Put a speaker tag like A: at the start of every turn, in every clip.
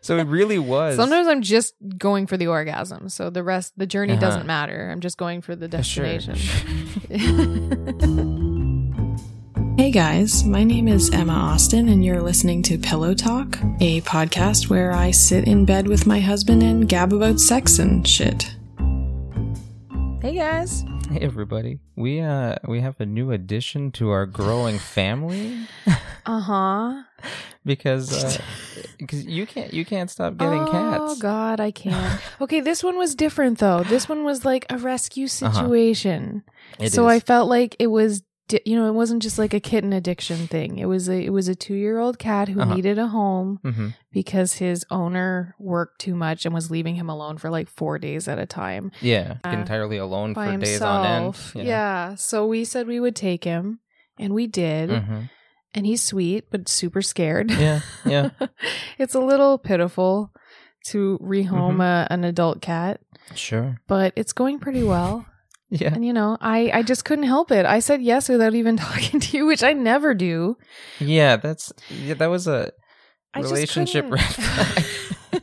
A: So it really was.
B: Sometimes I'm just going for the orgasm, so the rest, the journey
A: Uh-huh.
B: doesn't matter. I'm just going for the destination.
C: Hey guys, my name is Emma Austin, and you're listening to Pillow Talk, a podcast where I sit in bed with my husband and gab about sex and shit.
B: hey guys,
A: Hey everybody. We uh we have a new addition to our growing family
B: uh huh.
A: because uh, cause you can't you can't stop getting
B: Oh
A: cats.
B: God, I can't. okay, this one was different though. This one was like a rescue
A: Uh-huh.
B: situation,
A: It
B: so
A: is.
B: I felt like it was. Di- you know, it wasn't just like a kitten addiction thing. It was a it was a two year old cat who
A: Uh-huh.
B: needed a home
A: Mhm.
B: because his owner worked too much and was leaving him alone for like four days at a time.
A: Yeah,
B: Uh,
A: entirely alone for
B: by
A: days on end.
B: himself. Yeah. So we said we would take him, and we did.
A: Mhm.
B: And he's sweet, but super scared.
A: Yeah, yeah.
B: it's a little pitiful to rehome
A: Mm-hmm.
B: a, an adult cat,
A: Sure.
B: but it's going pretty well.
A: Yeah.
B: and you know, I I just couldn't help it. I said yes without even talking to you, which I never do.
A: Yeah, that's yeah, that was a
B: I just
A: relationship
B: couldn't-
A: red flag.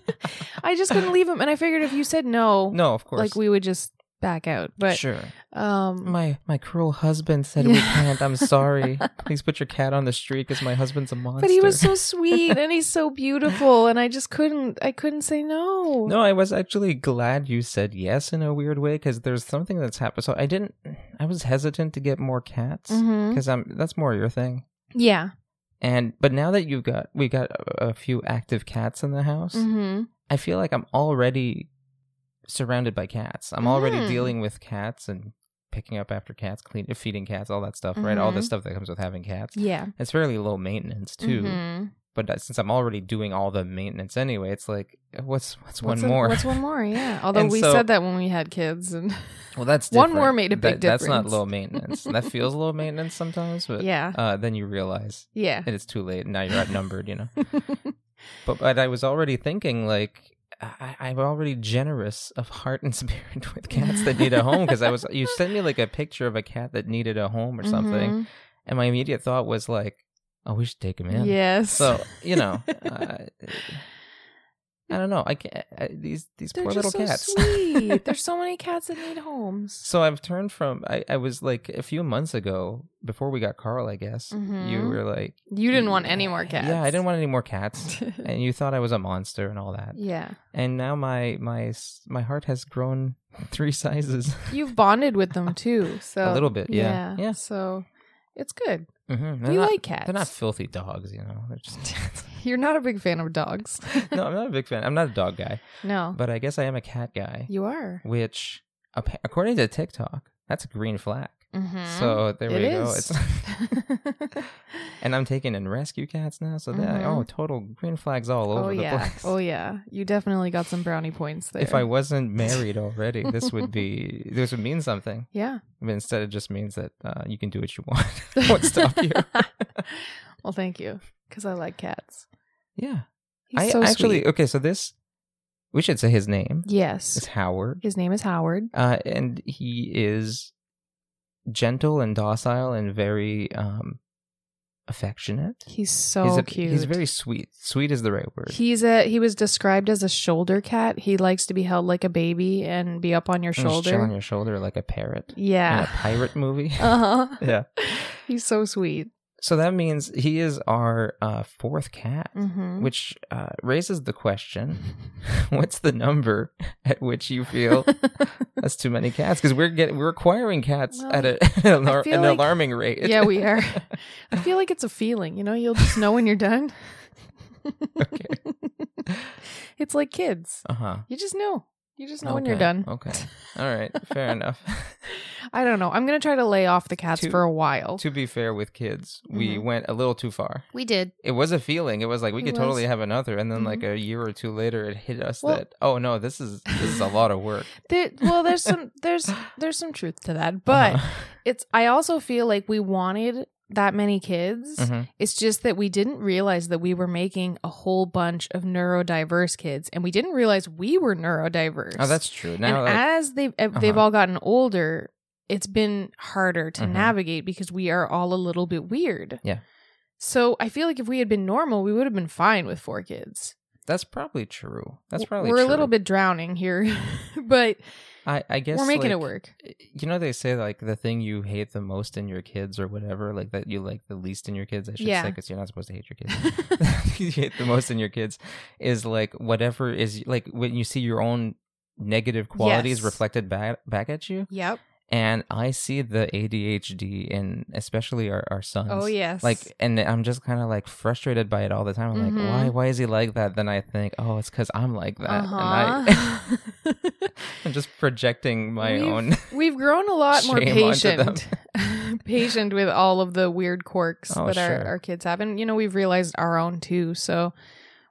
B: I just couldn't leave him, and I figured if you said no,
A: No, of course.
B: like we would just back out. But
A: sure.
B: um,
A: My my cruel husband said we
B: Yeah.
A: can't. I'm sorry. Please put your cat on the street because my husband's a monster.
B: But he was so sweet and he's so beautiful and I just couldn't I couldn't say no.
A: No, I was actually glad you said yes in a weird way because there's something that's happened. So I didn't. I was hesitant to get more cats
B: Mhm.
A: because I'm that's more your thing.
B: Yeah.
A: And but now that you've got we got a, a few active cats in the house,
B: Mm-hmm.
A: I feel like I'm already surrounded by cats. I'm already
B: Mm.
A: dealing with cats and picking up after cats, clean, feeding cats, all that stuff, right? All the
B: Mhm.
A: stuff that comes with having cats.
B: Yeah.
A: It's fairly low maintenance too.
B: Mm-hmm.
A: But uh, since I'm already doing all the maintenance anyway, it's like uh, what's what's one
B: what's
A: more?
B: A, what's one more? Yeah. Although
A: And
B: we
A: so-
B: said that when we had kids and
A: well, that's
B: one
A: different.
B: more made a big
A: That- That's not
B: difference.
A: low maintenance. that feels low maintenance sometimes, but
B: Yeah.
A: Uh, then you realize
B: Yeah.
A: and it's too late and now you're outnumbered you know but, but i was already thinking like I, i'm already generous of heart and spirit with cats that need a home because i was you sent me like a picture of a cat that needed a home or something
B: Mhm.
A: and my immediate thought was like oh we should take him in
B: Yes.
A: so you know uh, i don't know i can't I, these these
B: they're
A: poor
B: just
A: little
B: so
A: cats
B: sweet. There's so many cats that need homes.
A: so I've turned from I, I was like a few months ago before we got Carl I guess you
B: Mhm.
A: were like
B: You didn't want any more cats.
A: yeah I didn't want any more cats and you thought I was a monster and all that.
B: yeah.
A: And now my my s- my heart has grown three sizes.
B: You've bonded with them too. So
A: A little bit, yeah.
B: Yeah.
A: Yeah.
B: So it's good.
A: Mm-hmm.
B: you
A: not,
B: like cats.
A: They're not filthy dogs, you know. They're just
B: You're not a big fan of dogs.
A: no. I'm not a big fan. I'm not a dog guy,
B: No.
A: but I guess I am a cat guy.
B: you are.
A: Which, appa- according to TikTok, that's a green flag.
B: Mm-hmm.
A: So there we
B: It
A: go.
B: is.
A: and I'm taking in rescue cats now. So that
B: Mhm.
A: oh, total green flags all over
B: oh
A: the
B: yeah.
A: place.
B: Oh yeah. You definitely got some brownie points there.
A: If I wasn't married already, this would be this would mean something.
B: Yeah.
A: But instead, it just means that uh, you can do what you want. Won't stop you.
B: well, thank you, because I like cats.
A: yeah.
B: He's
A: I
B: so
A: actually,
B: sweet.
A: okay, so this, we should say his name. It's
B: Yes.
A: Howard.
B: His name is Howard.
A: Uh, and he is gentle and docile and very um, affectionate.
B: He's so
A: he's a-
B: cute.
A: He's very sweet. Sweet is the right word.
B: He's a he was described as a shoulder cat. He likes to be held like a baby and be up on your
A: And he's chill Mm, on
B: shoulder.
A: your shoulder like a parrot in a
B: Yeah.
A: pirate movie.
B: Uh huh.
A: yeah.
B: He's so sweet.
A: So that means he is our uh, fourth cat.
B: Mm-hmm.
A: which uh, raises the question what's the number at which you feel that's too many cats because we're getting we're acquiring cats
B: Well,
A: at a, an, alar-
B: feel
A: an
B: like-
A: alarming rate
B: Yeah, we are. I feel like it's a feeling, you know, you'll just know when you're done.
A: Okay.
B: It's like kids.
A: uh-huh
B: You just know. You just know when
A: Okay.
B: you're done.
A: okay all right fair enough
B: I don't know. I'm going to try to lay off the cats
A: To-
B: for a while.
A: to be fair with kids we
B: Mhm.
A: went a little too far
B: we did.
A: it was a feeling it was like we
B: It
A: could totally
B: was.
A: have another and then like
B: Mhm.
A: a year or two later it hit us
B: Well-
A: that oh no this is this is a lot of work
B: There, well, there's some there's there's some truth to that, but
A: Uh-huh.
B: it's I also feel like we wanted that many kids.
A: Mhm.
B: It's just that we didn't realize that we were making a whole bunch of neurodiverse kids and we didn't realize we were neurodiverse.
A: oh that's true now
B: and
A: like,
B: as they've uh, they've
A: Uh-huh.
B: all gotten older, it's been harder to
A: Mhm.
B: navigate because we are all a little bit weird.
A: Yeah.
B: So I feel like if we had been normal, we would have been fine with four kids.
A: that's probably true. That's probably
B: we're
A: true.
B: a little bit drowning here, but
A: I, I guess
B: we're making it
A: like,
B: work.
A: You know, they say like the thing you hate the most in your kids or whatever, like that you like the least in your kids. I should
B: Yeah.
A: say because you're not supposed to hate your kids. you hate the most in your kids is like whatever is like when you see your own negative qualities
B: Yes.
A: reflected back back at you.
B: Yep.
A: And I see the ADHD in especially our our sons.
B: Oh yes.
A: Like and I'm just kind of like frustrated by it all the time. I'm
B: Mhm.
A: like, why? Why is he like that? Then I think, oh, it's because I'm like that, and I,
B: Uh-huh.
A: I'm just projecting my
B: We've-
A: own.
B: We've grown a lot more
A: Shame onto them.
B: patient, patient with all of the weird quirks
A: Oh,
B: that our,
A: sure.
B: our kids have, and you know we've realized our own too. So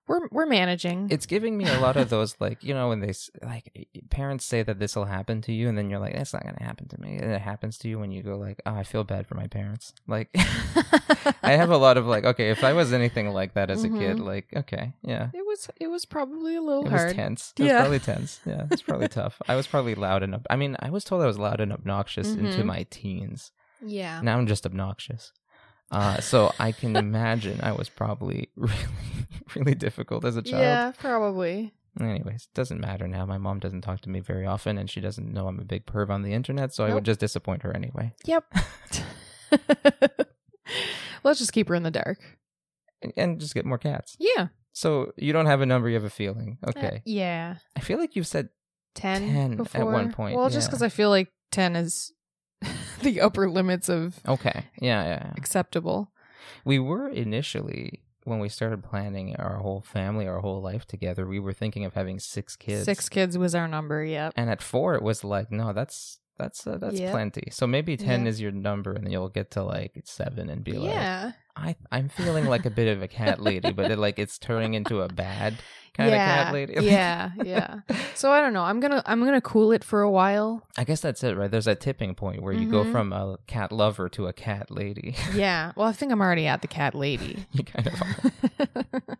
B: we're we're managing.
A: it's giving me a lot of those like you know when they s- like parents say that this will happen to you and then you're like that's not going to happen to me and it happens to you when you go like oh i feel bad for my parents like i have a lot of like okay if i was anything like that as a kid like okay yeah
B: it was it was probably a little
A: it was
B: Mm-hmm. hard.
A: tense it was
B: Yeah.
A: probably tense yeah it's probably tough i was probably loud and ob- i mean i was told i was loud and obnoxious into
B: Mhm.
A: my teens
B: Yeah.
A: now i'm just obnoxious uh, so i can imagine i was probably really really difficult as a child
B: Yeah, probably.
A: Anyways, doesn't matter now. My mom doesn't talk to me very often, and she doesn't know I'm a big perv on the internet, so I
B: Nope.
A: would just disappoint her anyway.
B: Yep. Let's just keep her in the dark.
A: And, and just get more cats.
B: Yeah.
A: So you don't have a number, you have a feeling.
B: Uh,
A: Okay.
B: yeah.
A: I feel like you've said
B: 10,
A: 10 at
B: before.
A: one point,
B: Well, just
A: yeah.
B: because I feel like 10 is the upper limits of
A: okay. Yeah, yeah. yeah.
B: acceptable.
A: We were initially when we started planning our whole family, our whole life together. We were thinking of having six kids.
B: Six kids was our number. Yep.
A: And at four, it was like, no, that's that's uh, that's
B: Yep.
A: plenty. So maybe ten
B: Yep.
A: is your number, and then you'll get to like seven and be like,
B: yeah.
A: I I'm feeling like a bit of a cat lady, but it, like it's turning into a bad kind
B: yeah.
A: of cat lady.
B: yeah. Yeah. So I don't know. I'm going to I'm going to cool it for a while.
A: I guess that's it, right? There's that tipping point where you
B: Mhm.
A: go from a cat lover to a cat lady.
B: Yeah. Well, I think I'm already at the cat lady.
A: you kind of. are.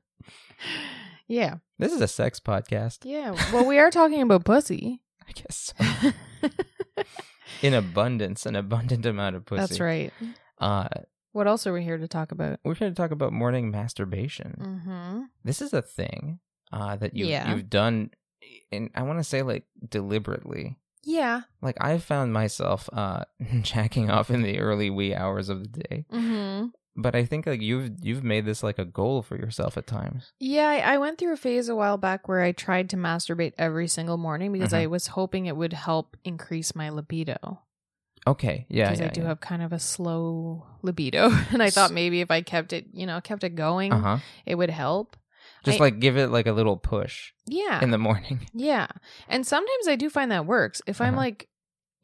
B: yeah.
A: This is a sex podcast,
B: Yeah. Well, we are talking about pussy.
A: I guess. In abundance, an abundant amount of pussy.
B: That's right.
A: Uh,
B: What else are we here to talk about?
A: we're going to talk about morning masturbation.
B: Mm-hmm.
A: This is a thing uh, that you
B: Yeah.
A: you've done, and I want to say like deliberately.
B: Yeah.
A: Like I found myself uh, jacking off in the early wee hours of the day.
B: Mm-hmm.
A: but I think like you've you've made this like a goal for yourself at times.
B: Yeah, I, I went through a phase a while back where I tried to masturbate every single morning because
A: Mm-hmm.
B: I was hoping it would help increase my libido.
A: Okay, yeah,
B: Because I do have kind of a slow libido. And I thought
A: S-
B: maybe if I kept it, you know, kept it going,
A: Uh huh.
B: it would help.
A: Just
B: I- Uh,
A: like give it like a little push
B: Yeah.
A: in the morning.
B: yeah. And sometimes I do find that works. If I'm
A: Uh-huh.
B: like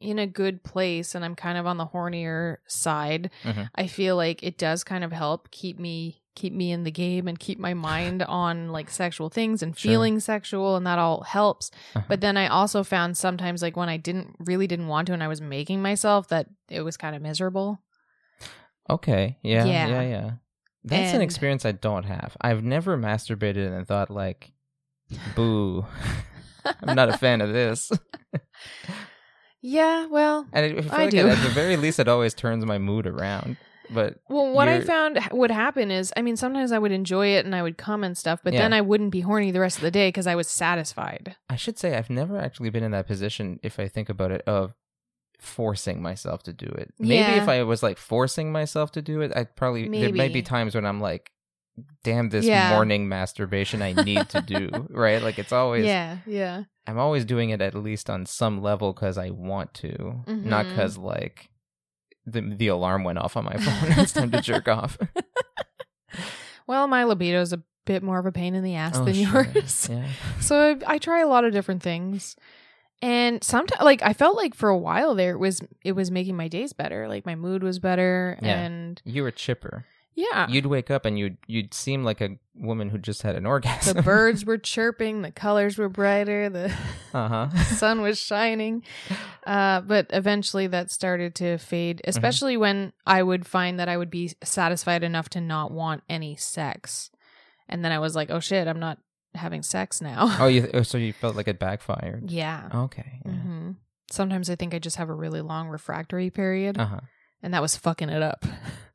B: in a good place and I'm kind of on the hornier side,
A: Mhm.
B: I feel like it does kind of help keep me keep me in the game and keep my mind on like sexual things and
A: Sure.
B: feeling sexual and that all helps.
A: Uh-huh.
B: But then I also found sometimes like when I didn't really didn't want to and I was making myself that it was kind of miserable.
A: Okay, yeah,
B: Yeah.
A: yeah, yeah. That's an
B: And-
A: experience I don't have. I've never masturbated and thought like, "Boo, I'm not a fan of this."
B: Yeah, well,
A: And I, I feel
B: I
A: like
B: do.
A: at the very least, it always turns my mood around. But
B: Well, what I
A: You're-
B: found h- would happen is, I mean, sometimes I would enjoy it and I would come and stuff, but then
A: Yeah.
B: I wouldn't be horny the rest of the day because I was satisfied.
A: I should say I've never actually been in that position if I think about it of forcing myself to do it. Maybe
B: Yeah.
A: if I was like forcing myself to do it, I probably there might
B: Maybe.
A: be times when I'm like damn this
B: Yeah.
A: morning masturbation I need to do, right? Like it's always
B: Yeah, yeah,
A: I'm always doing it at least on some level cuz I want to, not
B: Mhm.
A: cuz like the the alarm went off on my phone and it's time to jerk off.
B: Well, my libido is a bit more of a pain in the ass
A: Oh,
B: than
A: sure.
B: yours,
A: Yeah.
B: so I, I try a lot of different things, and sometimes, like, I felt like for a while there it was it was making my days better, like my mood was better,
A: Yeah.
B: and
A: You were chipper.
B: yeah,
A: You'd wake up and you'd you'd seem like a woman who just had an
B: the
A: orgasm.
B: birds were chirping, the colors were brighter, the
A: uh-huh.
B: sun was shining. Uh, but eventually that started to fade,
A: Mm-hmm.
B: especially when I would find that I would be satisfied enough to not want any sex. And then I was like, oh shit, I'm not having sex now.
A: Oh, you oh, so you felt like it backfired?
B: yeah.
A: Okay. Yeah.
B: Mm-hmm. hmm Sometimes I think I just have a really long refractory period
A: Uh huh.
B: and that was fucking it up.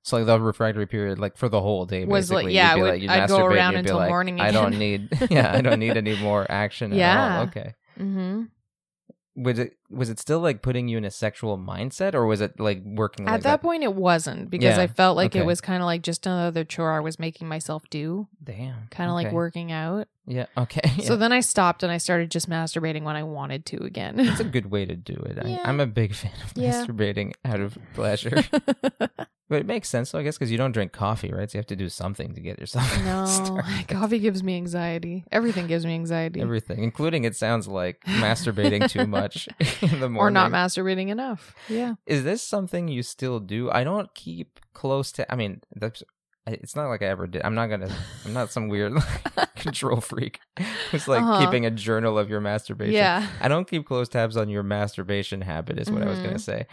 A: So like the refractory period, like for the whole day,
B: Was, like,
A: basically. you'd
B: yeah, I
A: be
B: would-
A: like, you'd
B: I'd go
A: masturbate and
B: around
A: you'd be
B: until
A: like,
B: morning
A: I don't
B: again."
A: need, yeah, I don't need any more action.
B: Yeah.
A: at all. okay.
B: Mm-hmm.
A: Was it was it still like putting you in a sexual mindset, or was it like working
B: At
A: like
B: that point, it wasn't because
A: Yeah,
B: I felt like it
A: okay.
B: was kind of like just another chore I was making myself do,
A: Damn,
B: kind of like
A: okay.
B: working out.
A: Yeah, okay.
B: So then I stopped and I started just masturbating when I wanted to again.
A: That's a good way to do it. I,
B: Yeah.
A: I'm a big fan of
B: Yeah.
A: masturbating out of pleasure. but it makes sense, though, I guess, because you don't drink coffee, right? So you have to do something to get yourself
B: no,
A: started.
B: coffee gives me anxiety. Everything gives me anxiety.
A: Everything, including it sounds like masturbating too much in the
B: or
A: morning.
B: not masturbating enough. Yeah.
A: Is this something you still do? I don't keep close to. I mean, that's. I- It's not like I ever did. I'm not gonna. I'm not some weird like, control freak. It's like
B: Uh-huh.
A: keeping a journal of your masturbation.
B: Yeah.
A: I don't keep close tabs on your masturbation habit is what I was going
B: Mhm.
A: to say.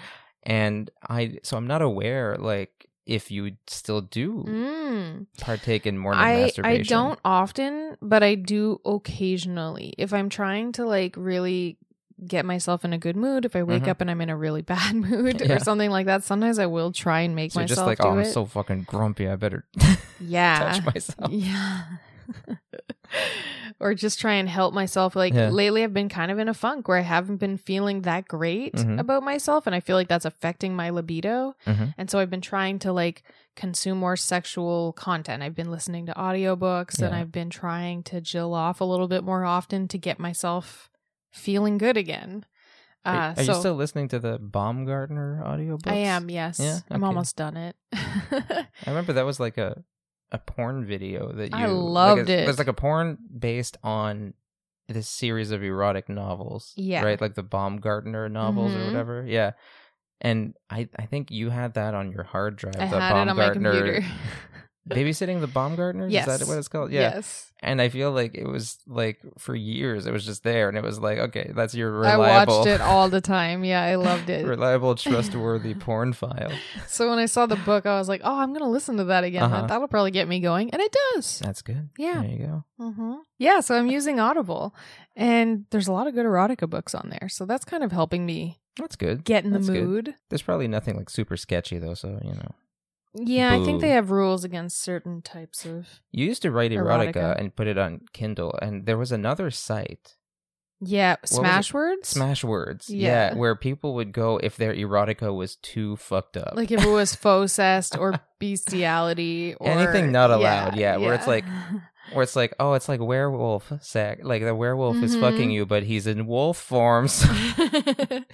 A: And I so I'm not aware like if you still do
B: Mm.
A: partake in morning
B: I I
A: masturbation.
B: don't often, but I do occasionally. If I'm trying to like really get myself in a good mood, if I wake
A: Mhm.
B: up and I'm in a really bad mood
A: Yeah.
B: or something like that, sometimes I will try and make
A: So you're just
B: myself
A: like,
B: do
A: oh, I'm
B: it.
A: so fucking grumpy. I better
B: yeah.
A: touch myself.
B: Yeah. or just try and help myself. Like
A: Yeah.
B: lately, I've been kind of in a funk where I haven't been feeling that great
A: Mhm.
B: about myself. And I feel like that's affecting my libido.
A: Mhm.
B: And so I've been trying to like consume more sexual content. I've been listening to audiobooks and
A: Yeah.
B: I've been trying to jill off a little bit more often to get myself feeling good again. Uh,
A: Are, are
B: so
A: you still listening to the Baumgartner audiobooks?
B: I am, yes.
A: Yeah,
B: I'm
A: okay.
B: almost done it.
A: I remember that was like a a porn video that you
B: I
A: like,
B: loved
A: it's- It was
B: it.
A: like a porn based on this series of erotic novels.
B: Yeah.
A: Right? Like the Baumgartner novels
B: Mhm.
A: or whatever. Yeah. And I, I think you had that on your hard drive.
B: I
A: the
B: had it on my
A: Baumgartner-
B: computer.
A: Babysitting the Baumgartners? Is
B: Yes.
A: that what it's called? Yeah.
B: Yes.
A: And I feel like it was like for years it was just there and it was like, okay, that's your
B: I
A: reliable
B: watched it all the time. Yeah, I loved it.
A: reliable, trustworthy porn file.
B: so when I saw the book, I was like, "Oh, I'm gonna listen to that again. That-
A: Uh-huh.
B: That'll probably get me going," and it does.
A: That's good.
B: Yeah.
A: There you go.
B: hmm Yeah. So I'm using Audible, and there's a lot of good erotica books on there. So that's kind of helping me
A: That's good.
B: get in the
A: That's good.
B: mood.
A: There's probably nothing like super sketchy though, so you know.
B: Yeah, I think
A: Boo.
B: they have rules against certain types of.
A: You used to write erotica,
B: Erotica.
A: and put it on Kindle, and there was another site,
B: Yeah,
A: was it?
B: smash words.
A: Smashwords,
B: Yeah.
A: yeah. where people would go if their erotica was too fucked up,
B: Like if it was faux-cest or bestiality or
A: Anything not allowed, yeah, where it's like- where it's like, oh, it's like werewolf sex, like the werewolf is
B: Mhm.
A: fucking you, but he's in wolf form. So,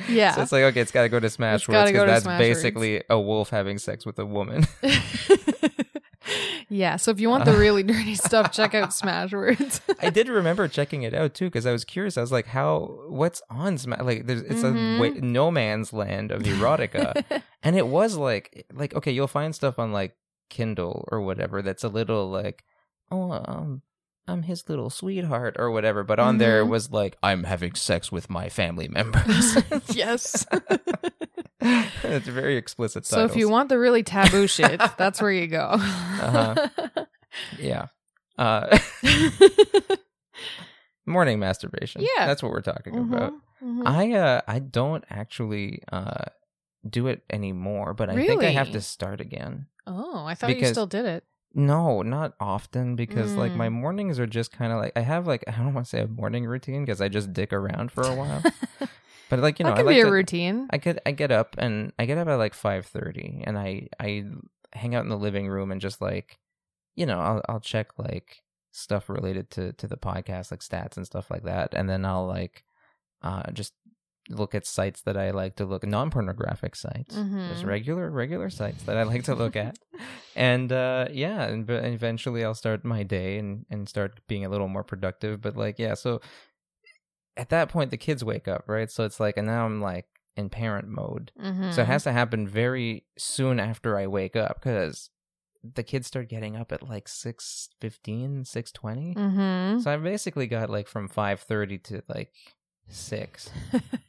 B: yeah.
A: so it's like, okay, it's got to go to
B: It's
A: Smashwords
B: gotta
A: because
B: go to
A: that's
B: Smashwords.
A: basically a wolf having sex with a woman.
B: yeah, so if you want the really dirty stuff, check out Smashwords.
A: I did remember checking it out too because I was curious. I was like, how? What's on Smash? Like, there's it's
B: Mhm.
A: a wa- no man's land of erotica. and it was like like okay you'll find stuff on like kindle or whatever that's a little like oh um i'm his little sweetheart or whatever but on there
B: Mhm.
A: was like i'm having sex with my family members
B: yes.
A: it's very explicit
B: so if you want the really taboo shit, that's where you go.
A: Uh-huh. yeah uh morning masturbation
B: Yeah.
A: that's what we're talking about
B: Mhm, mhm.
A: i uh i don't actually uh do it anymore but i think i have
B: Really?
A: to start again
B: oh, I thought you
A: because-
B: still did it.
A: No, not often because like my
B: Mm.
A: mornings are just kind of like I have like I don't want to say a morning routine because I just dick around for a while. but like you know, I
B: that could
A: like
B: be a
A: to-
B: routine.
A: I get I get up and I get up at like five thirty and I I hang out in the living room and just like you know I'll I'll check like stuff related to to the podcast like stats and stuff like that and then I'll like uh just look at sites that I like to look non pornographic sites just
B: Mhm.
A: regular regular sites that I like to look at and uh yeah and but eventually i'll start my day and and start being a little more productive but like yeah so at that point the kids wake up right so it's like and now i'm like in parent mode so it
B: Mhm.
A: has to happen very soon after i wake up because the kids start getting up at like 6.15 6.20
B: Mhm.
A: so i basically got like from 5.30 to like six.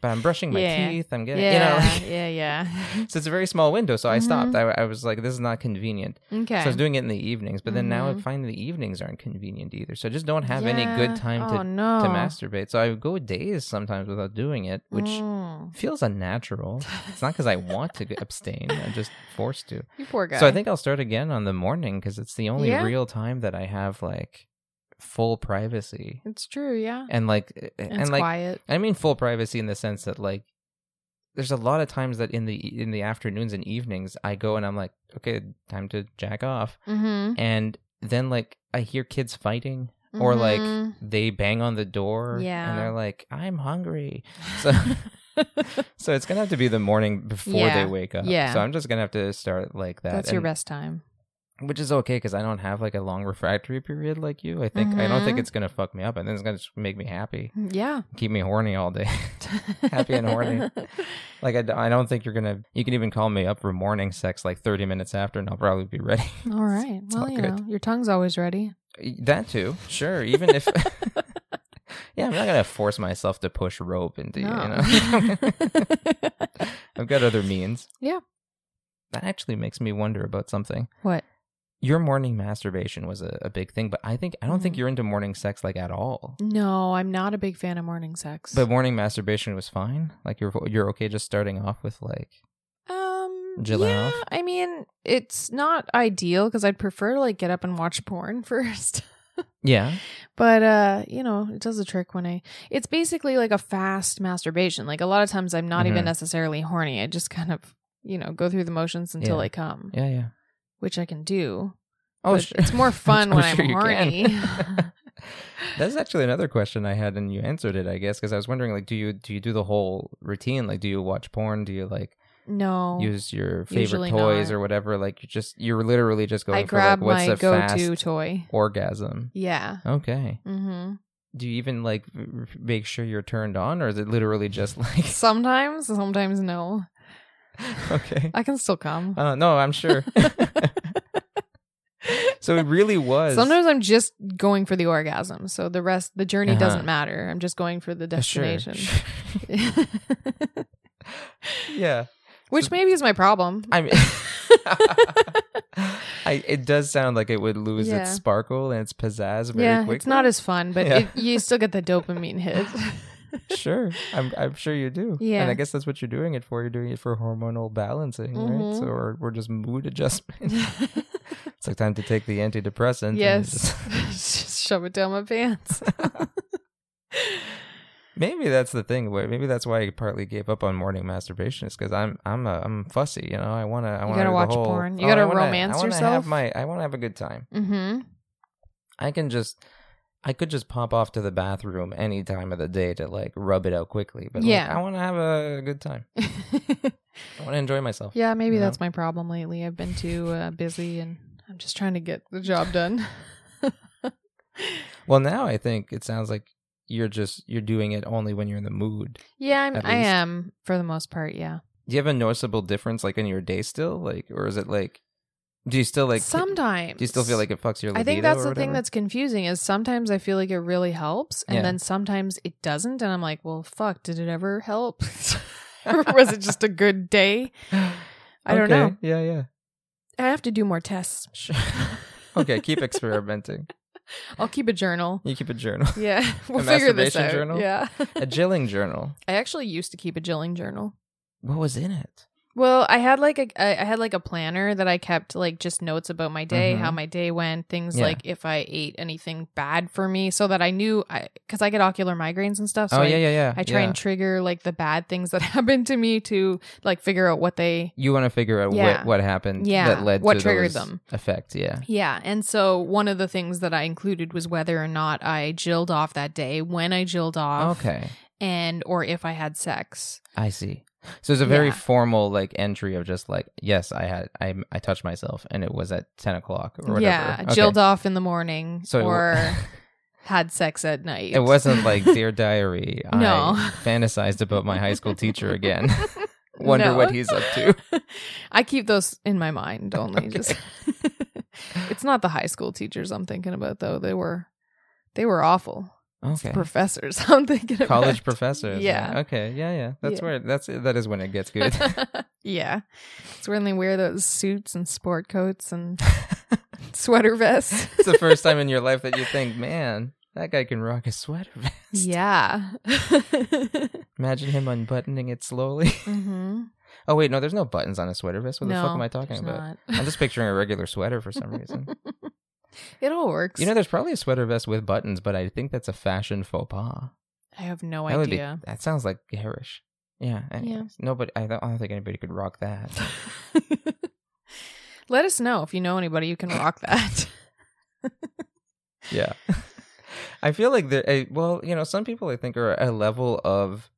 A: But I'm brushing my
B: Yeah.
A: teeth. I'm getting, you know.
B: yeah,
A: like-
B: yeah, yeah.
A: so it's a very small window. So I
B: Mhm.
A: stopped. I, I was like, this is not convenient.
B: Okay.
A: So I was doing it in the evenings, but then now I
B: Mhm.
A: find the evenings aren't convenient either. So I just don't have any good
B: Yeah.
A: time to,
B: Oh, no.
A: to masturbate. So I go days sometimes without doing it, which
B: Mm.
A: feels unnatural. It's not because I want to abstain, I'm just forced to.
B: you poor guy.
A: So I think I'll start again on the morning because it's the only
B: Yeah.
A: real time that I have like full privacy
B: it's true. Yeah,
A: and like uh,
B: and,
A: and
B: it's
A: like
B: quiet.
A: I mean full privacy in the sense that like there's a lot of times that in the in the afternoons and evenings I go and I'm like okay time to jack off
B: Mm-hmm.
A: and then like I hear kids fighting or
B: mm-hmm.
A: like they bang on the door
B: Yeah.
A: and they're like I'm hungry so so it's gonna have to be the morning before
B: Yeah.
A: they wake up
B: Yeah.
A: so I'm just gonna have to start like that
B: that's your
A: And-
B: best time.
A: which is okay because I don't have like a long refractory period like you. I think I don't think
B: Mhm.
A: it's gonna fuck me up. I think it's gonna just make me happy,
B: Mm, Yeah,
A: keep me horny all day. Happy and horny. like I, d- I don't think you're gonna. You can even call me up for morning sex like 30 minutes after, and I'll probably be ready.
B: All right. Well,
A: all
B: you
A: good.
B: know, your tongue's always ready.
A: that too, sure. Even if. Yeah, I'm not gonna force myself to push rope into you. You know, I've got other means.
B: Yeah.
A: that actually makes me wonder about something.
B: what?
A: Your morning masturbation was a, a big thing, but I think I don't think
B: Mhm.
A: you're into morning sex like at all.
B: No, I'm not a big fan of morning sex.
A: But morning masturbation was fine. Like you're you're okay just starting off with like
B: um,
A: Jilling
B: yeah,
A: off?
B: I mean, it's not ideal because I'd prefer to like get up and watch porn first.
A: yeah
B: But uh, you know, it does a trick when I. It's basically like a fast masturbation. Like a lot of times, I'm not
A: Mhm.
B: even necessarily horny. I just kind of, you know, go through the motions until
A: Yeah.
B: I come,
A: yeah yeah.
B: which I can do.
A: Oh,
B: but
A: sure.
B: it's more fun
A: I'm
B: when
A: sure
B: I'm
A: you
B: horny.
A: can. That's actually another question I had, and you answered it, I guess, because I was wondering like, do you do you do the whole routine? Like, do you watch porn? Do you like
B: no,
A: use your favorite
B: Oh, usually
A: toys
B: not.
A: or whatever? Like, you just you're literally just going
B: I
A: for
B: grab
A: like what's
B: my
A: a
B: go-to
A: fast
B: toy.
A: orgasm.
B: Yeah.
A: Okay.
B: Mm-hmm.
A: Do you even like r- r- make sure you're turned on, or is it literally just like
B: Sometimes, sometimes no.
A: okay?
B: I can still come.
A: Uh, no, I'm sure. so it really was
B: Sometimes I'm just going for the orgasm, so the rest, the journey
A: Uh-huh.
B: doesn't matter. I'm just going for the
A: Uh, sure,
B: destination,
A: sure. yeah,
B: which maybe is my problem.
A: I mean, I, it does sound like it would lose its
B: Yeah.
A: sparkle and its pizzazz very
B: yeah,
A: quickly.
B: it's not as fun, but
A: Yeah.
B: it, you still get the dopamine hit.
A: sure. I'm I'm sure you do.
B: Yeah.
A: and I guess that's what you're doing it for. You're doing it for hormonal balancing, right?
B: Mhm.
A: So or, or just mood adjustment. it's like time to take the antidepressant. and
B: yes,
A: just-
B: just shove it down my pants.
A: Maybe that's the thing. where- Maybe that's why I partly gave up on morning masturbation. Is because I'm I'm a, I'm fussy. You know, I wanna I wanna
B: gotta
A: the
B: watch
A: whole-
B: porn. You
A: oh,
B: gotta
A: I wanna- I
B: romance
A: wanna Have
B: yourself.
A: my I want to have a good time.
B: mm-hmm.
A: I can just I could just pop off to the bathroom any time of the day to like rub it out quickly. But like,
B: Yeah.
A: I want to have a good time. I want to enjoy myself.
B: yeah, maybe
A: You know?
B: that's my problem lately. I've been too uh, busy, and I'm just trying to get the job done.
A: Well, now I think it sounds like you're just you're doing it only when you're in the mood.
B: yeah, I'm,
A: At
B: I
A: least.
B: am for the most part. Yeah.
A: Do you have a noticeable difference like in your day still, like, or is it like, do you still like
B: sometimes
A: Do you still feel like it fucks your? Libido
B: I think that's
A: or
B: the thing
A: whatever?
B: that's confusing is sometimes I feel like it really helps and
A: Yeah.
B: then sometimes it doesn't and I'm like, well fuck, did it ever help? or was it just a good day? I don't
A: Okay,
B: know.
A: Yeah, yeah.
B: I have to do more tests.
A: Sure. okay, keep experimenting.
B: I'll keep a journal.
A: You keep a journal,
B: Yeah. We'll
A: A
B: figure this
A: masturbation
B: out.
A: journal?
B: Yeah.
A: a jilling journal.
B: I actually used to keep a jilling journal.
A: What was in it?
B: Well, I had like a I I had like a planner that I kept like just notes about my day,
A: Mhm.
B: how my day went, things
A: Yeah.
B: like if I ate anything bad for me, so that I knew I because I get ocular migraines and stuff. So
A: oh
B: I
A: yeah, yeah, yeah.
B: I try
A: yeah.
B: and trigger like the bad things that happened to me to like figure out what they.
A: you want to figure out
B: Yeah.
A: what, what happened
B: Yeah.
A: that led
B: What
A: to
B: triggered
A: those
B: them.
A: effects. Yeah.
B: Yeah. And so one of the things that I included was whether or not I jilled off that day, when I jilled off,
A: Okay.
B: and or if I had sex.
A: I see. So it's a very
B: Yeah.
A: formal like entry of just like yes, I had I I touched myself and it was at ten o'clock or whatever.
B: Yeah.
A: Okay.
B: Jilled off in the morning
A: So it w-
B: or had sex at night.
A: It wasn't like dear diary.
B: No.
A: I fantasized about my high school teacher again. Wonder
B: No.
A: what he's up to.
B: I keep those in my mind only.
A: Okay.
B: Just it's not the high school teachers I'm thinking about though. They were they were awful. It's
A: Okay.
B: professors. I'm thinking about
A: College professors.
B: Yeah.
A: Okay. Yeah, yeah. That's
B: Yeah.
A: where that's that is when it gets good.
B: yeah, it's when they wear those suits and sport coats and sweater vests.
A: it's the first time in your life that you think, man, that guy can rock a sweater vest.
B: Yeah.
A: Imagine him unbuttoning it slowly.
B: mm-hmm.
A: Oh wait, no, there's no buttons on a sweater vest. What the fuck am I talking about? I'm just picturing a regular sweater for some reason.
B: It all works.
A: you know, there's probably a sweater vest with buttons, but I think that's a fashion faux pas.
B: I have no
A: that would be.
B: idea.
A: That sounds like garish. Yeah. Anyways. Nobody. I don't, I don't think anybody could rock that.
B: Let us know if you know anybody who can rock that.
A: yeah. I feel like there. eh, Well, you know, some people I think are a level of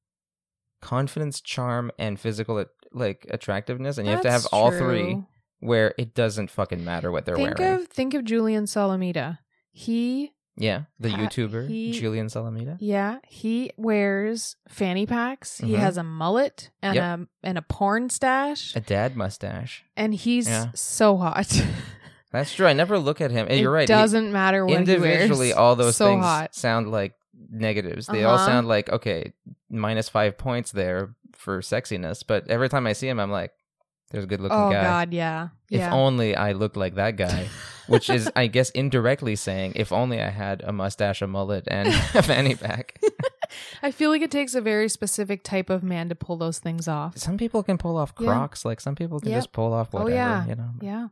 A: confidence, charm, and physical eh, like attractiveness, and you have to have
B: That's
A: all
B: true.
A: three. Where it doesn't fucking matter what they're
B: Think
A: wearing.
B: of think of Julian Solomita. He
A: yeah, the
B: Uh,
A: YouTuber
B: he-
A: Julian Salamita.
B: yeah, he wears fanny packs. He
A: Mhm.
B: has a mullet and
A: Yep.
B: a and a porn stash.
A: A dad mustache.
B: and he's
A: Yeah.
B: so hot.
A: That's true. I never look at him. Eh, You're
B: it
A: right. he-
B: Doesn't matter what he
A: individually
B: wears.
A: all those
B: so
A: things
B: hot.
A: sound like negatives they all
B: Uh-huh.
A: sound like okay minus five points there for sexiness but every time i see him i'm like there's a good looking
B: Oh
A: guy
B: God, yeah,
A: if
B: yeah.
A: only i looked like that guy which is i guess indirectly saying if only i had a mustache a mullet and a fanny pack
B: I feel like it takes a very specific type of man to pull those things off.
A: some people can pull off
B: Yeah.
A: crocs like some people can
B: Yep.
A: just pull off
B: Oh,
A: whatever
B: yeah.
A: you know
B: Yeah,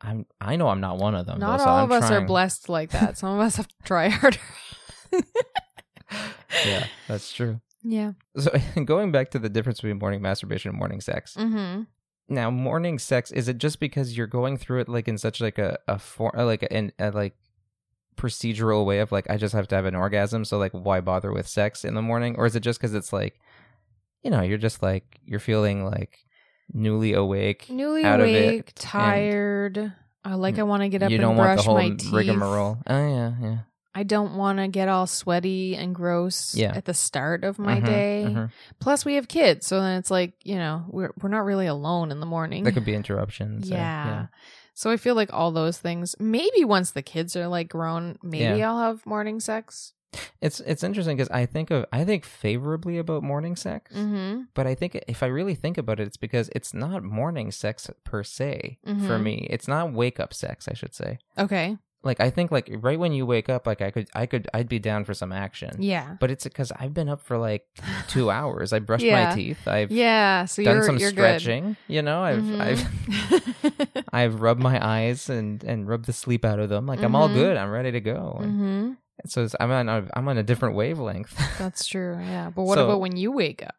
A: i'm i know i'm not one of them
B: not
A: though, so
B: all
A: I'm
B: of us
A: trying.
B: are blessed like that. Some of us have to try harder.
A: yeah that's true
B: Yeah.
A: so going back to the difference between morning masturbation and morning sex
B: Mm-hmm.
A: now morning sex is it just because you're going through it like in such like a a for, uh, like an a like procedural way of like I just have to have an orgasm so like why bother with sex in the morning or is it just cuz it's like you know you're just like you're feeling like newly awake
B: Newly
A: Out of it, Mm.
B: awake, tired. I like. I want to get up
A: you
B: and
A: don't want
B: brush
A: the whole
B: my teeth.
A: rigmarole oh yeah yeah
B: I don't want to get all sweaty and gross
A: Yeah.
B: at the start of my
A: Mhm,
B: day.
A: mhm.
B: Plus, we have kids, so then it's like you know we're we're not really alone in the morning.
A: there could be interruptions or-
B: yeah. So I feel like all those things. Maybe once the kids are like grown, maybe I'll have morning sex.
A: it's it's interesting cuz I think of I think favorably about morning sex
B: Mm-hmm.
A: but I think if I really think about it, it's because it's not morning sex per se for
B: Mhm.
A: me. It's not wake up sex, I should say.
B: Okay.
A: Like I think like right when you wake up, like I could I could I'd be down for some action.
B: Yeah.
A: But it's because I've been up for like two hours. I brushed my
B: Yeah.
A: teeth. I've
B: Yeah. So
A: done
B: you're
A: some
B: you're Mm-hmm.
A: stretching. You know, I've I've
B: I've.
A: I've rubbed my eyes and and rubbed the sleep out of them. Like I'm all
B: Mhm.
A: good. I'm ready to go. And
B: hmm
A: So it's, I'm on a, I'm on a different wavelength.
B: That's true. Yeah. But what
A: So-
B: about when you wake up?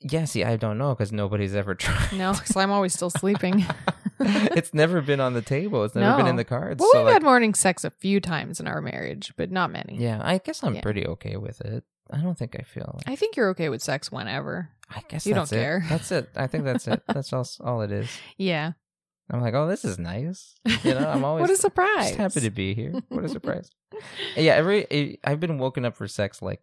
A: yeah. See, I don't know because nobody's ever tried.
B: No, because I'm always still sleeping.
A: it's never been on the table. It's never been in
B: No.
A: the cards.
B: well,
A: so
B: we've
A: like,
B: had morning sex a few times in our marriage, but not many.
A: Yeah, I guess I'm
B: Yeah.
A: pretty okay with it. I don't think I feel. Like,
B: I think you're okay with sex whenever.
A: I, guess
B: you don't
A: that's it.
B: care.
A: That's it. I think that's it. That's all. All it is.
B: Yeah.
A: I'm like, oh, this is nice. You know, I'm always
B: what a surprise.
A: just happy to be here. What a surprise. yeah, every I- I've been woken up for sex like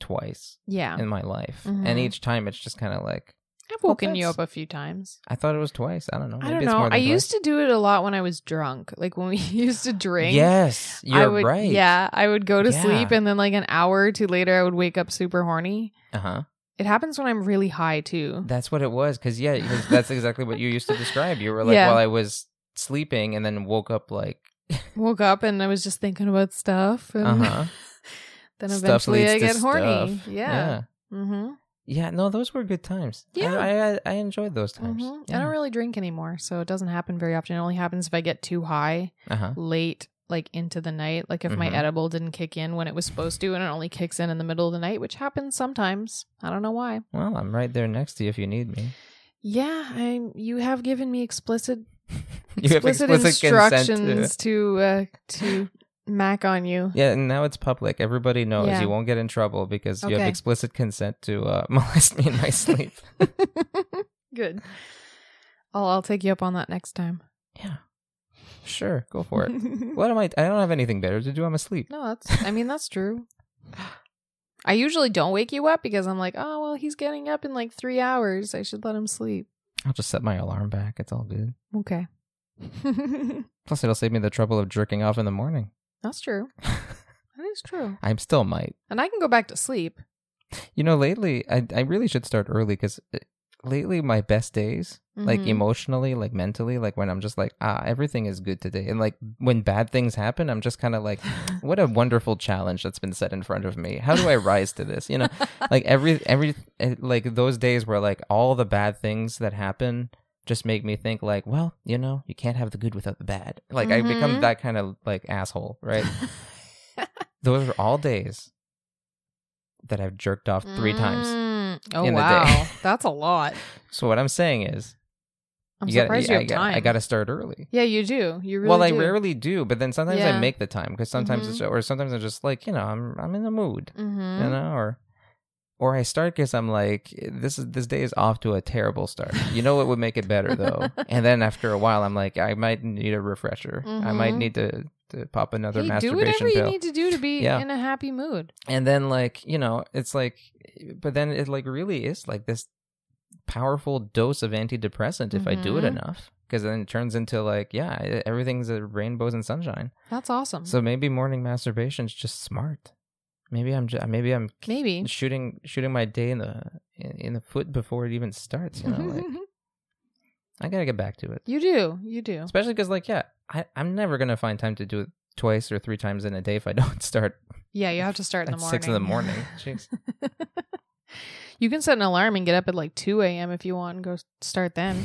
A: twice
B: Yeah.
A: in my life,
B: Mhm.
A: and each time it's just kind of like
B: I've
A: Well,
B: woken you
A: that's-
B: up a few times.
A: I thought it was twice. I don't know. Maybe
B: I don't
A: it's
B: know.
A: More
B: I used to do it a lot when I was drunk. Like when we used to drink.
A: Yes, you're
B: I would,
A: right.
B: Yeah, I would go to
A: Yeah.
B: sleep and then like an hour or two later, I would wake up super horny.
A: Uh huh.
B: It happens when I'm really high too.
A: That's what it was. Because yeah, 'cause that's exactly what you used to describe. You were like,
B: Yeah.
A: while I was sleeping, and then woke up like,
B: Woke up and I was just thinking about stuff, and
A: uh huh.
B: then
A: Stuff
B: eventually
A: leads
B: I
A: to
B: get horny.
A: stuff.
B: Yeah. Mm-hmm.
A: Yeah, no, those were good times. I-
B: Yeah.
A: I I, I enjoyed those times.
B: hmm I don't really drink anymore, so it doesn't happen very often. It only happens if I get too high
A: Uh huh.
B: late, like into the night. Like if my
A: Mhm.
B: edible didn't kick in when it was supposed to, and it only kicks in in the middle of the night, which happens sometimes. I don't know why.
A: Well, I'm right there next to you if you need me.
B: Yeah, I you have given me explicit
A: You have
B: explicit,
A: consent to-
B: instructions to uh, to mac on you.
A: Yeah, and now it's public. Everybody knows
B: Yeah.
A: you won't get in trouble because you have
B: Okay.
A: explicit consent to uh, molest me in my sleep.
B: Good. I'll I'll take you up on that next time.
A: yeah, sure, go for it.
B: no,
A: what am I? I don't have anything better to do. I'm asleep.
B: that's I mean that's true. I usually don't wake you up because I'm like, oh well, he's getting up in like three hours. I should let him sleep.
A: I'll just set my alarm back. It's all good.
B: Okay.
A: Plus, it'll save me the trouble of jerking off in the morning.
B: that's true. That is true.
A: I still might.
B: And I can go back to sleep.
A: You know, lately I I really should start early because lately my best days, like
B: Mhm.
A: emotionally, like mentally, like when I'm just like ah everything is good today, and like when bad things happen, I'm just kind of like what a wonderful challenge that's been set in front of me. How do I rise to this? You know, like every every eh, like those days where like all the bad things that happen just make me think like well you know you can't have the good without the bad like i
B: Mhm.
A: become that kind of like asshole right those are all days that I've jerked off three times.
B: Mm. Oh
A: in a
B: wow,
A: day.
B: that's a lot.
A: So what I'm saying is,
B: I'm
A: gotta-
B: surprised you
A: I
B: have
A: gotta-
B: time.
A: I got to start early.
B: Yeah, you do. You really
A: well, I
B: do.
A: rarely do, but then sometimes
B: Yeah. Mm-hmm.
A: I make the time because sometimes it's or sometimes I'm just like you know I'm I'm in the mood,
B: Mhm.
A: you know, or or I start because I'm like this is this day is off to a terrible start. You know what would make it better though, and then after a while I'm like I might need a refresher. I might
B: Mhm.
A: need to to pop another
B: Hey, do
A: masturbation
B: whatever
A: pill.
B: you need to do to be
A: Yeah.
B: in a happy mood.
A: and then like you know it's like but then it like really is like this powerful dose of antidepressant if i do it
B: Mhm.
A: enough because then it turns into like yeah e- everything's a rainbows and sunshine
B: That's awesome.
A: so maybe morning masturbation's just smart maybe i'm just, maybe i'm
B: Maybe.
A: shooting shooting my day in the in, in the foot before it even starts you know like i gotta get back to it
B: you do. You do.
A: especially because like yeah I, i'm never gonna find time to do it twice or three times in a day if i don't start
B: Yeah, you have to start in the
A: at
B: morning.
A: six in the morning Jeez.
B: you can set an alarm and get up at like 2 a.m. if you want and go s- start then.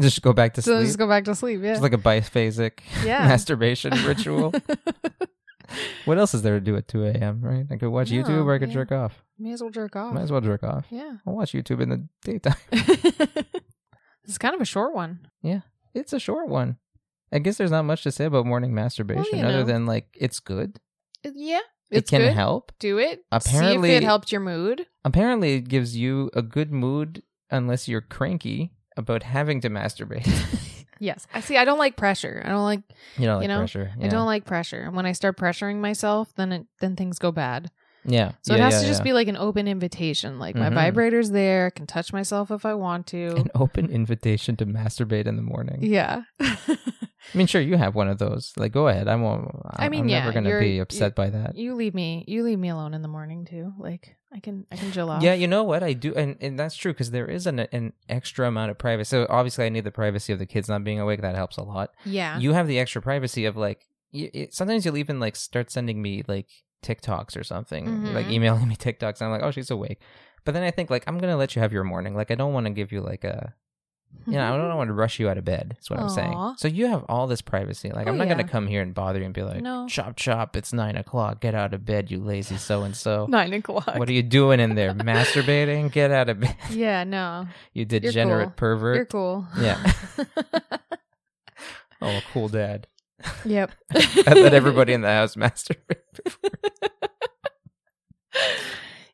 A: just go back to
B: so
A: sleep
B: just go back to sleep. Yeah.
A: It's like a biphasic
B: Yeah.
A: masturbation ritual. what else is there to do at 2 a.m., right? I could watch YouTube or I could
B: Yeah, yeah.
A: jerk off.
B: May as well jerk off.
A: Might as well jerk off.
B: Yeah.
A: I'll watch YouTube in the daytime.
B: it's kind of a short one.
A: It's a short one. I guess there's not much to say about morning masturbation
B: you
A: other
B: know.
A: than like it's good.
B: It- yeah.
A: it
B: It's
A: can
B: good.
A: help.
B: Do it. See
A: Apparently-
B: if it helped your mood.
A: Apparently, it gives you a good mood unless you're cranky about having to masturbate.
B: Yes. I see. I don't like pressure. I don't like.
A: you know, like
B: You know,
A: pressure. Yeah.
B: I don't like pressure. And when I start pressuring myself, then it then things go bad.
A: yeah.
B: So it
A: Yeah,
B: has
A: yeah,
B: to just
A: yeah.
B: be like an open invitation. Like my
A: Mhm.
B: vibrator's there. I can touch myself if I want to.
A: an open invitation to masturbate in the morning.
B: yeah.
A: I mean, sure, you have one of those. Like, go ahead. I won't. I,
B: I mean,
A: am
B: yeah,
A: never gonna
B: you're-
A: be upset by that.
B: you leave me. You leave me alone in the morning too. Like I can. I can chill off.
A: Yeah, you know what I do, and, and that's true because there is an an extra amount of privacy. So obviously, I need the privacy of the kids not being awake. That helps a lot.
B: Yeah.
A: You have the extra privacy of like. You, it, sometimes you'll even like start sending me like TikToks or something, like
B: Mhm.
A: emailing me TikToks. And I'm like, oh, she's awake. But then I think like I'm gonna let you have your morning. Like I don't want to give you like a you know I don't want to rush you out of bed. That's what I'm saying.
B: Mm-hmm. Aw.
A: So you have all this privacy. Like
B: Oh,
A: I'm not
B: yeah.
A: gonna come here and bother you and be like,
B: No.
A: chop chop, it's nine o'clock. Get out of bed, you lazy so and so.
B: Nine o'clock.
A: What are you doing in there? Masturbating? Get out of bed.
B: Yeah. No.
A: You
B: You're
A: degenerate
B: cool. You're
A: pervert.
B: cool.
A: Yeah. Oh, cool dad.
B: yep.
A: I let everybody in the house masturbate.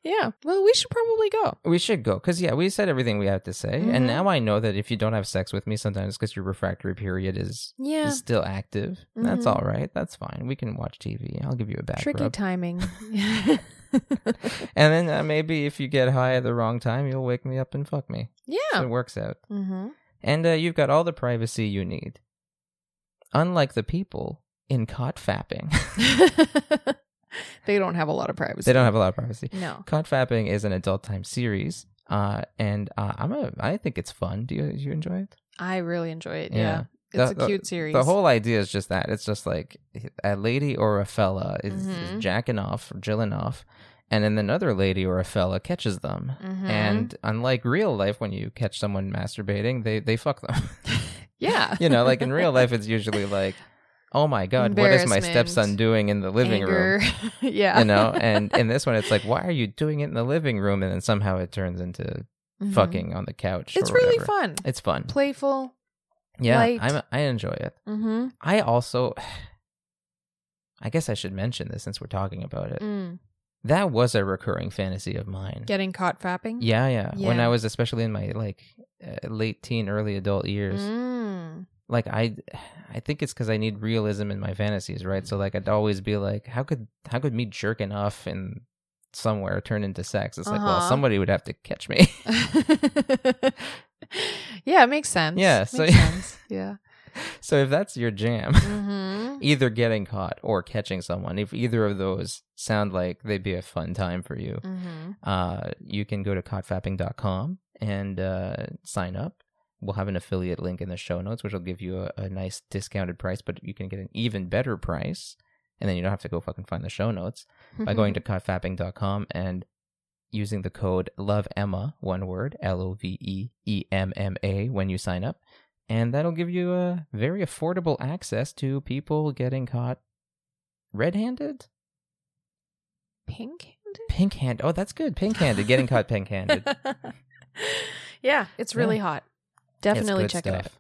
B: Yeah. Well, we should probably go.
A: We should go. Because, yeah, we said everything we have to say.
B: Mhm.
A: And now I know that if you don't have sex with me sometimes because your refractory period is,
B: Yeah.
A: is still active, that's
B: Mhm.
A: all right. That's fine. We can watch TV. I'll give you a back
B: Tricky
A: rub.
B: timing.
A: and then uh, maybe if you get high at the wrong time, you'll wake me up and fuck me. So
B: yeah.
A: it works out.
B: Mm-hmm.
A: And uh, you've got all the privacy you need. Unlike the people in cot fapping,
B: they don't have a lot of privacy.
A: they don't have a lot of privacy.
B: No.
A: Cot fapping is an adult time series, uh, and uh, I'm a, I think it's fun. Do you, do you enjoy it?
B: I really enjoy it.
A: Yeah.
B: Yeah. It's
A: The-
B: a cute series.
A: The whole idea is just that it's just like a lady or a fella is,
B: Mhm.
A: is jacking off, or jilling off, and then another lady or a fella catches them.
B: Mhm.
A: And unlike real life, when you catch someone masturbating, they they fuck them.
B: yeah.
A: you know, like in real life, it's usually like, oh my god, what is my
B: Embarrassment.
A: stepson doing in the living
B: Anger.
A: room?
B: yeah.
A: You know, and in this one, it's like, why are you doing it in the living room? And then somehow it turns into
B: Mhm.
A: fucking on the couch.
B: It's
A: or
B: really
A: whatever.
B: fun.
A: It's fun.
B: Playful.
A: yeah,
B: light.
A: I'm, I enjoy it.
B: Mm-hmm.
A: I also, I guess I should mention this since we're talking about it.
B: Mm.
A: That was a recurring fantasy of mine.
B: Getting caught fapping.
A: Yeah, yeah, When
B: Yeah.
A: I was especially in my like uh, late teen, early adult years,
B: Mm.
A: like i i think it's because i need realism in my fantasies right so like i'd always be like how could how could me jerking off and somewhere turn into sex it's like well
B: Uh-huh.
A: somebody would have to catch me
B: yeah, it makes sense.
A: Yeah,
B: Makes
A: so-
B: sense. Yeah.
A: So if that's your jam,
B: hmm
A: either getting caught or catching someone, if either of those sound like they'd be a fun time for you,
B: hmm
A: uh, you can go to caughtfapping.com and uh, sign up. We'll have an affiliate link in the show notes, which will give you a, a nice discounted price, but you can get an even better price. And then you don't have to go fucking find the show notes
B: Mm-hmm.
A: by going to caughtfapping.com and using the code love emma one word E l-o-v-e-e-m-m-a when you sign up and that'll give you a very affordable access to people getting caught red-handed
B: pink
A: pink-handed oh that's good pink-handed getting caught pink-handed
B: yeah, it's really hot. Definitely
A: It's good
B: check it out.
A: stuff.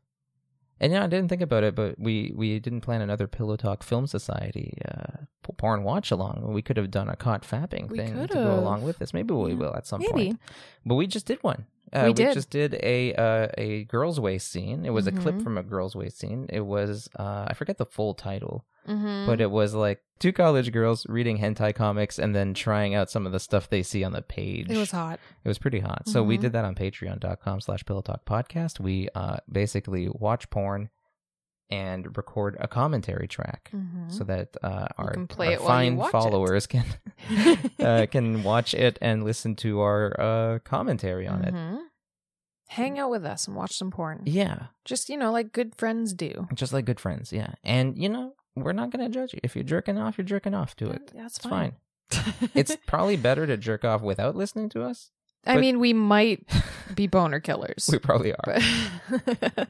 A: And yeah, I didn't think about it, but we we didn't plan another Pillow Talk Film Society uh, p- porn watch along. We could have done a caught fapping
B: We
A: thing to go
B: could've.
A: along with this. Maybe we
B: Yeah.
A: will at some
B: Maybe.
A: point. But we just did one. Uh,
B: We did.
A: just did a uh, a girls' waist scene. It was a clip
B: Mhm.
A: from a girls' waist scene. It was uh, I forget the full title,
B: Mm-hmm.
A: but it was like two college girls reading hentai comics and then trying out some of the stuff they see on the page.
B: was hot.
A: It was pretty hot. So we
B: Mhm.
A: did that on patreon.com slash pillow talk podcast. We uh, basically watch porn and record a commentary track
B: hmm
A: so that uh, our,
B: can play
A: our
B: it while you
A: fine
B: watch it.
A: followers can uh, can watch it and listen to our uh, commentary on
B: Mm-hmm.
A: it.
B: Hang out with us and watch some porn.
A: Yeah,
B: Just you know, like good friends do.
A: just like good friends. Yeah. And, you know, we're not going to judge you. If you're jerking off, you're jerking off to it.
B: That's
A: It's fine.
B: fine.
A: it's probably better to jerk off without listening to us.
B: I
A: but-
B: mean, we might be boner killers.
A: We probably are.
B: but-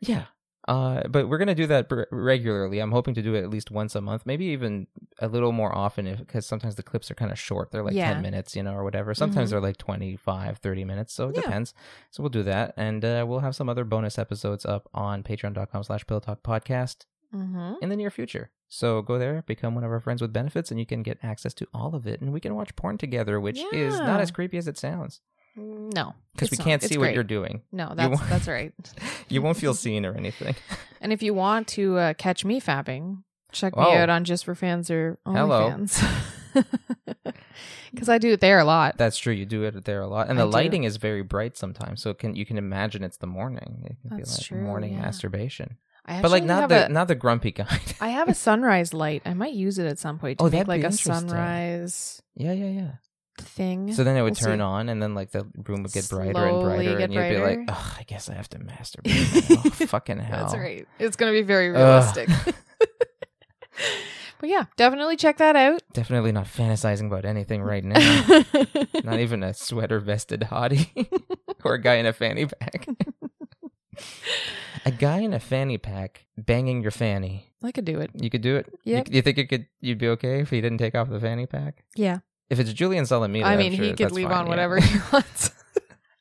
A: Yeah. Uh, but we're gonna do that b- regularly. I'm hoping to do it at least once a month, maybe even a little more often, if because sometimes the clips are kind of short. They're like
B: Yeah.
A: 10 minutes, you know, or whatever. Sometimes
B: Mhm.
A: they're like 25, 30 minutes. So it
B: Yeah.
A: depends. So we'll do that, and uh, we'll have some other bonus episodes up on Patreon.com/slash Pillow Talk Podcast
B: Mhm.
A: in the near future. So go there, become one of our friends with benefits, and you can get access to all of it, and we can watch porn together, which is
B: Yeah.
A: not as creepy as it sounds
B: No,
A: because
B: it's
A: we
B: not.
A: can't
B: It's
A: see what
B: great.
A: you're doing.
B: No, that's
A: won't-
B: that's right.
A: You won't feel seen or anything.
B: And if you want to uh, catch me fapping, check me
A: Oh.
B: out on Just for Fans or
A: Hello.
B: OnlyFans. Because I do it there a lot.
A: That's true. You do it there a lot, and
B: I
A: the
B: do.
A: lighting is very bright sometimes, so it can you can imagine it's the morning. It can
B: That's
A: be like
B: true,
A: morning
B: yeah.
A: masturbation,
B: I actually
A: but like not
B: have
A: the
B: a-
A: not the grumpy kind.
B: I have a sunrise light. I might use it at some point to
A: Oh,
B: make
A: that'd be
B: like a
A: interesting.
B: sunrise
A: yeah, yeah, yeah.
B: thing.
A: So then it would
B: We'll see.
A: turn on, and then like the room would get brighter and
B: Slowly
A: brighter,
B: get
A: and you'd be like,
B: brighter.
A: "Ugh, I guess I have to masturbate." now. oh, fucking hell.
B: That's right. It's going to be very
A: Ugh.
B: realistic. but yeah, definitely check that out.
A: Definitely not fantasizing about anything right now. not even a sweater vested hottie or a guy in a fanny pack. a guy in a fanny pack banging your fanny.
B: I could do it.
A: You could do it. You-
B: Yep.
A: You, think it could? You'd be okay if he didn't take off the fanny pack.
B: Yeah.
A: If it's Julian Salamita,
B: I
A: I'm
B: mean,
A: sure
B: he could
A: that's
B: leave
A: fine,
B: on
A: yeah.
B: whatever he wants.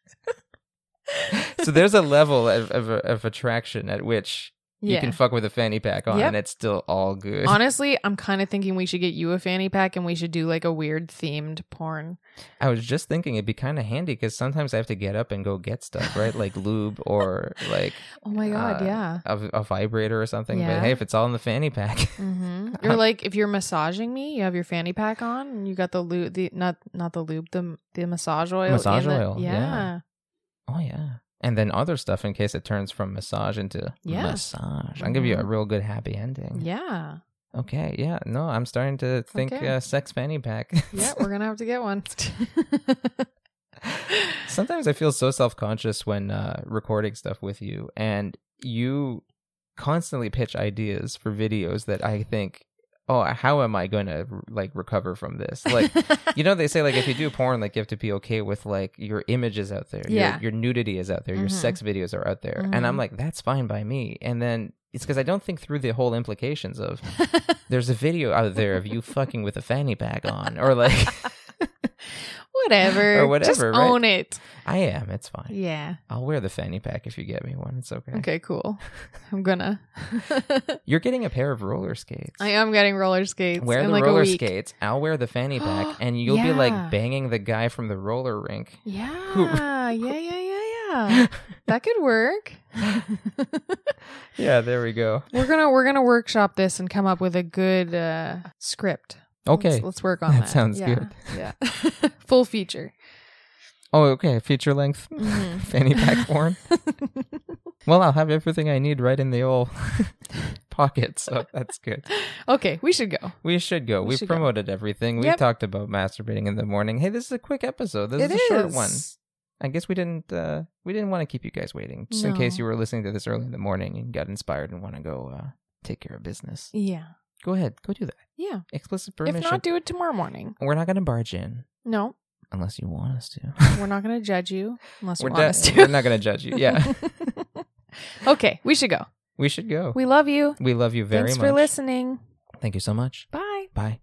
A: so there's a level of, of of attraction at which you can fuck with a fanny pack on,
B: Yep.
A: and it's still all good.
B: Honestly, I'm kind of thinking we should get you a fanny pack and we should do like a weird themed porn.
A: I was just thinking it'd be kind of handy because sometimes I have to get up and go get stuff, right? Like lube or like
B: Oh my god,
A: Uh,
B: yeah.
A: a, a vibrator or something.
B: Yeah.
A: But hey, if it's all in the fanny pack,
B: hmm You're like if you're massaging me, you have your fanny pack on, and you got the lube, the not not the lube, the the massage oil,
A: Massage
B: in the-
A: oil,
B: yeah.
A: yeah. oh yeah. And then other stuff in case it turns from massage into
B: Yeah. Mm-hmm.
A: massage. I'll give you a real good happy ending.
B: yeah,
A: Okay, yeah, no, I'm starting to think
B: Okay.
A: uh, sex fanny pack.
B: yeah. We're gonna have to get one.
A: Sometimes I feel so self conscious when uh, recording stuff with you, and you constantly pitch ideas for videos that I think, oh, how am I going to like recover from this? Like, you know, they say like if you do porn, like you have to be okay with like your image is out there,
B: Yeah.
A: your, your nudity is out there, your
B: Mhm.
A: sex videos are out there, and
B: Mhm.
A: I'm like, that's fine by me. And then it's because I don't think through the whole implications of there's a video out there of you fucking with a fanny pack on or like
B: whatever,
A: Or whatever,
B: Just
A: right?
B: own it.
A: i am it's fine
B: Yeah.
A: i'll wear the fanny pack if you get me one it's okay,
B: Okay. Cool. I'm gonna.
A: you're getting a pair of roller skates
B: I am getting roller skates.
A: wear
B: in
A: the
B: like a
A: roller
B: week.
A: skates i'll wear the fanny pack and you'll be
B: Yeah.
A: like banging the guy from the roller rink
B: Yeah, yeah, yeah, yeah, yeah. That could work.
A: yeah there we go
B: We're gonna we're gonna workshop this and come up with a good uh, script.
A: okay
B: let's, let's work on that.
A: That sounds
B: Yeah,
A: good.
B: Yeah, full feature.
A: oh okay feature length
B: Mhm.
A: fanny pack porn Well, I'll have everything I need right in the old pocket, so that's good.
B: Okay, we should go.
A: We should go.
B: We
A: We have
B: should go.
A: promoted everything. We
B: Yep.
A: have talked about masturbating in the morning. Hey, this is a quick episode. This
B: It
A: is a short one.
B: is.
A: I guess we didn't uh, we didn't want to keep you guys waiting. Just in case
B: No.
A: you were listening to this early in the morning and got inspired and want to go uh, take care of business.
B: Yeah.
A: Go ahead, go do that.
B: Yeah.
A: Explicit permission.
B: If not, do it tomorrow morning.
A: we're not going to barge in
B: No,
A: unless you want us to.
B: we're not going to judge you unless
A: We're
B: you
A: de-
B: want us to.
A: we're not going to judge you. Yeah,
B: okay, we should go.
A: we should go.
B: We love you.
A: We love you very
B: Thanks
A: much.
B: for listening.
A: Thank you so much.
B: Bye.
A: Bye.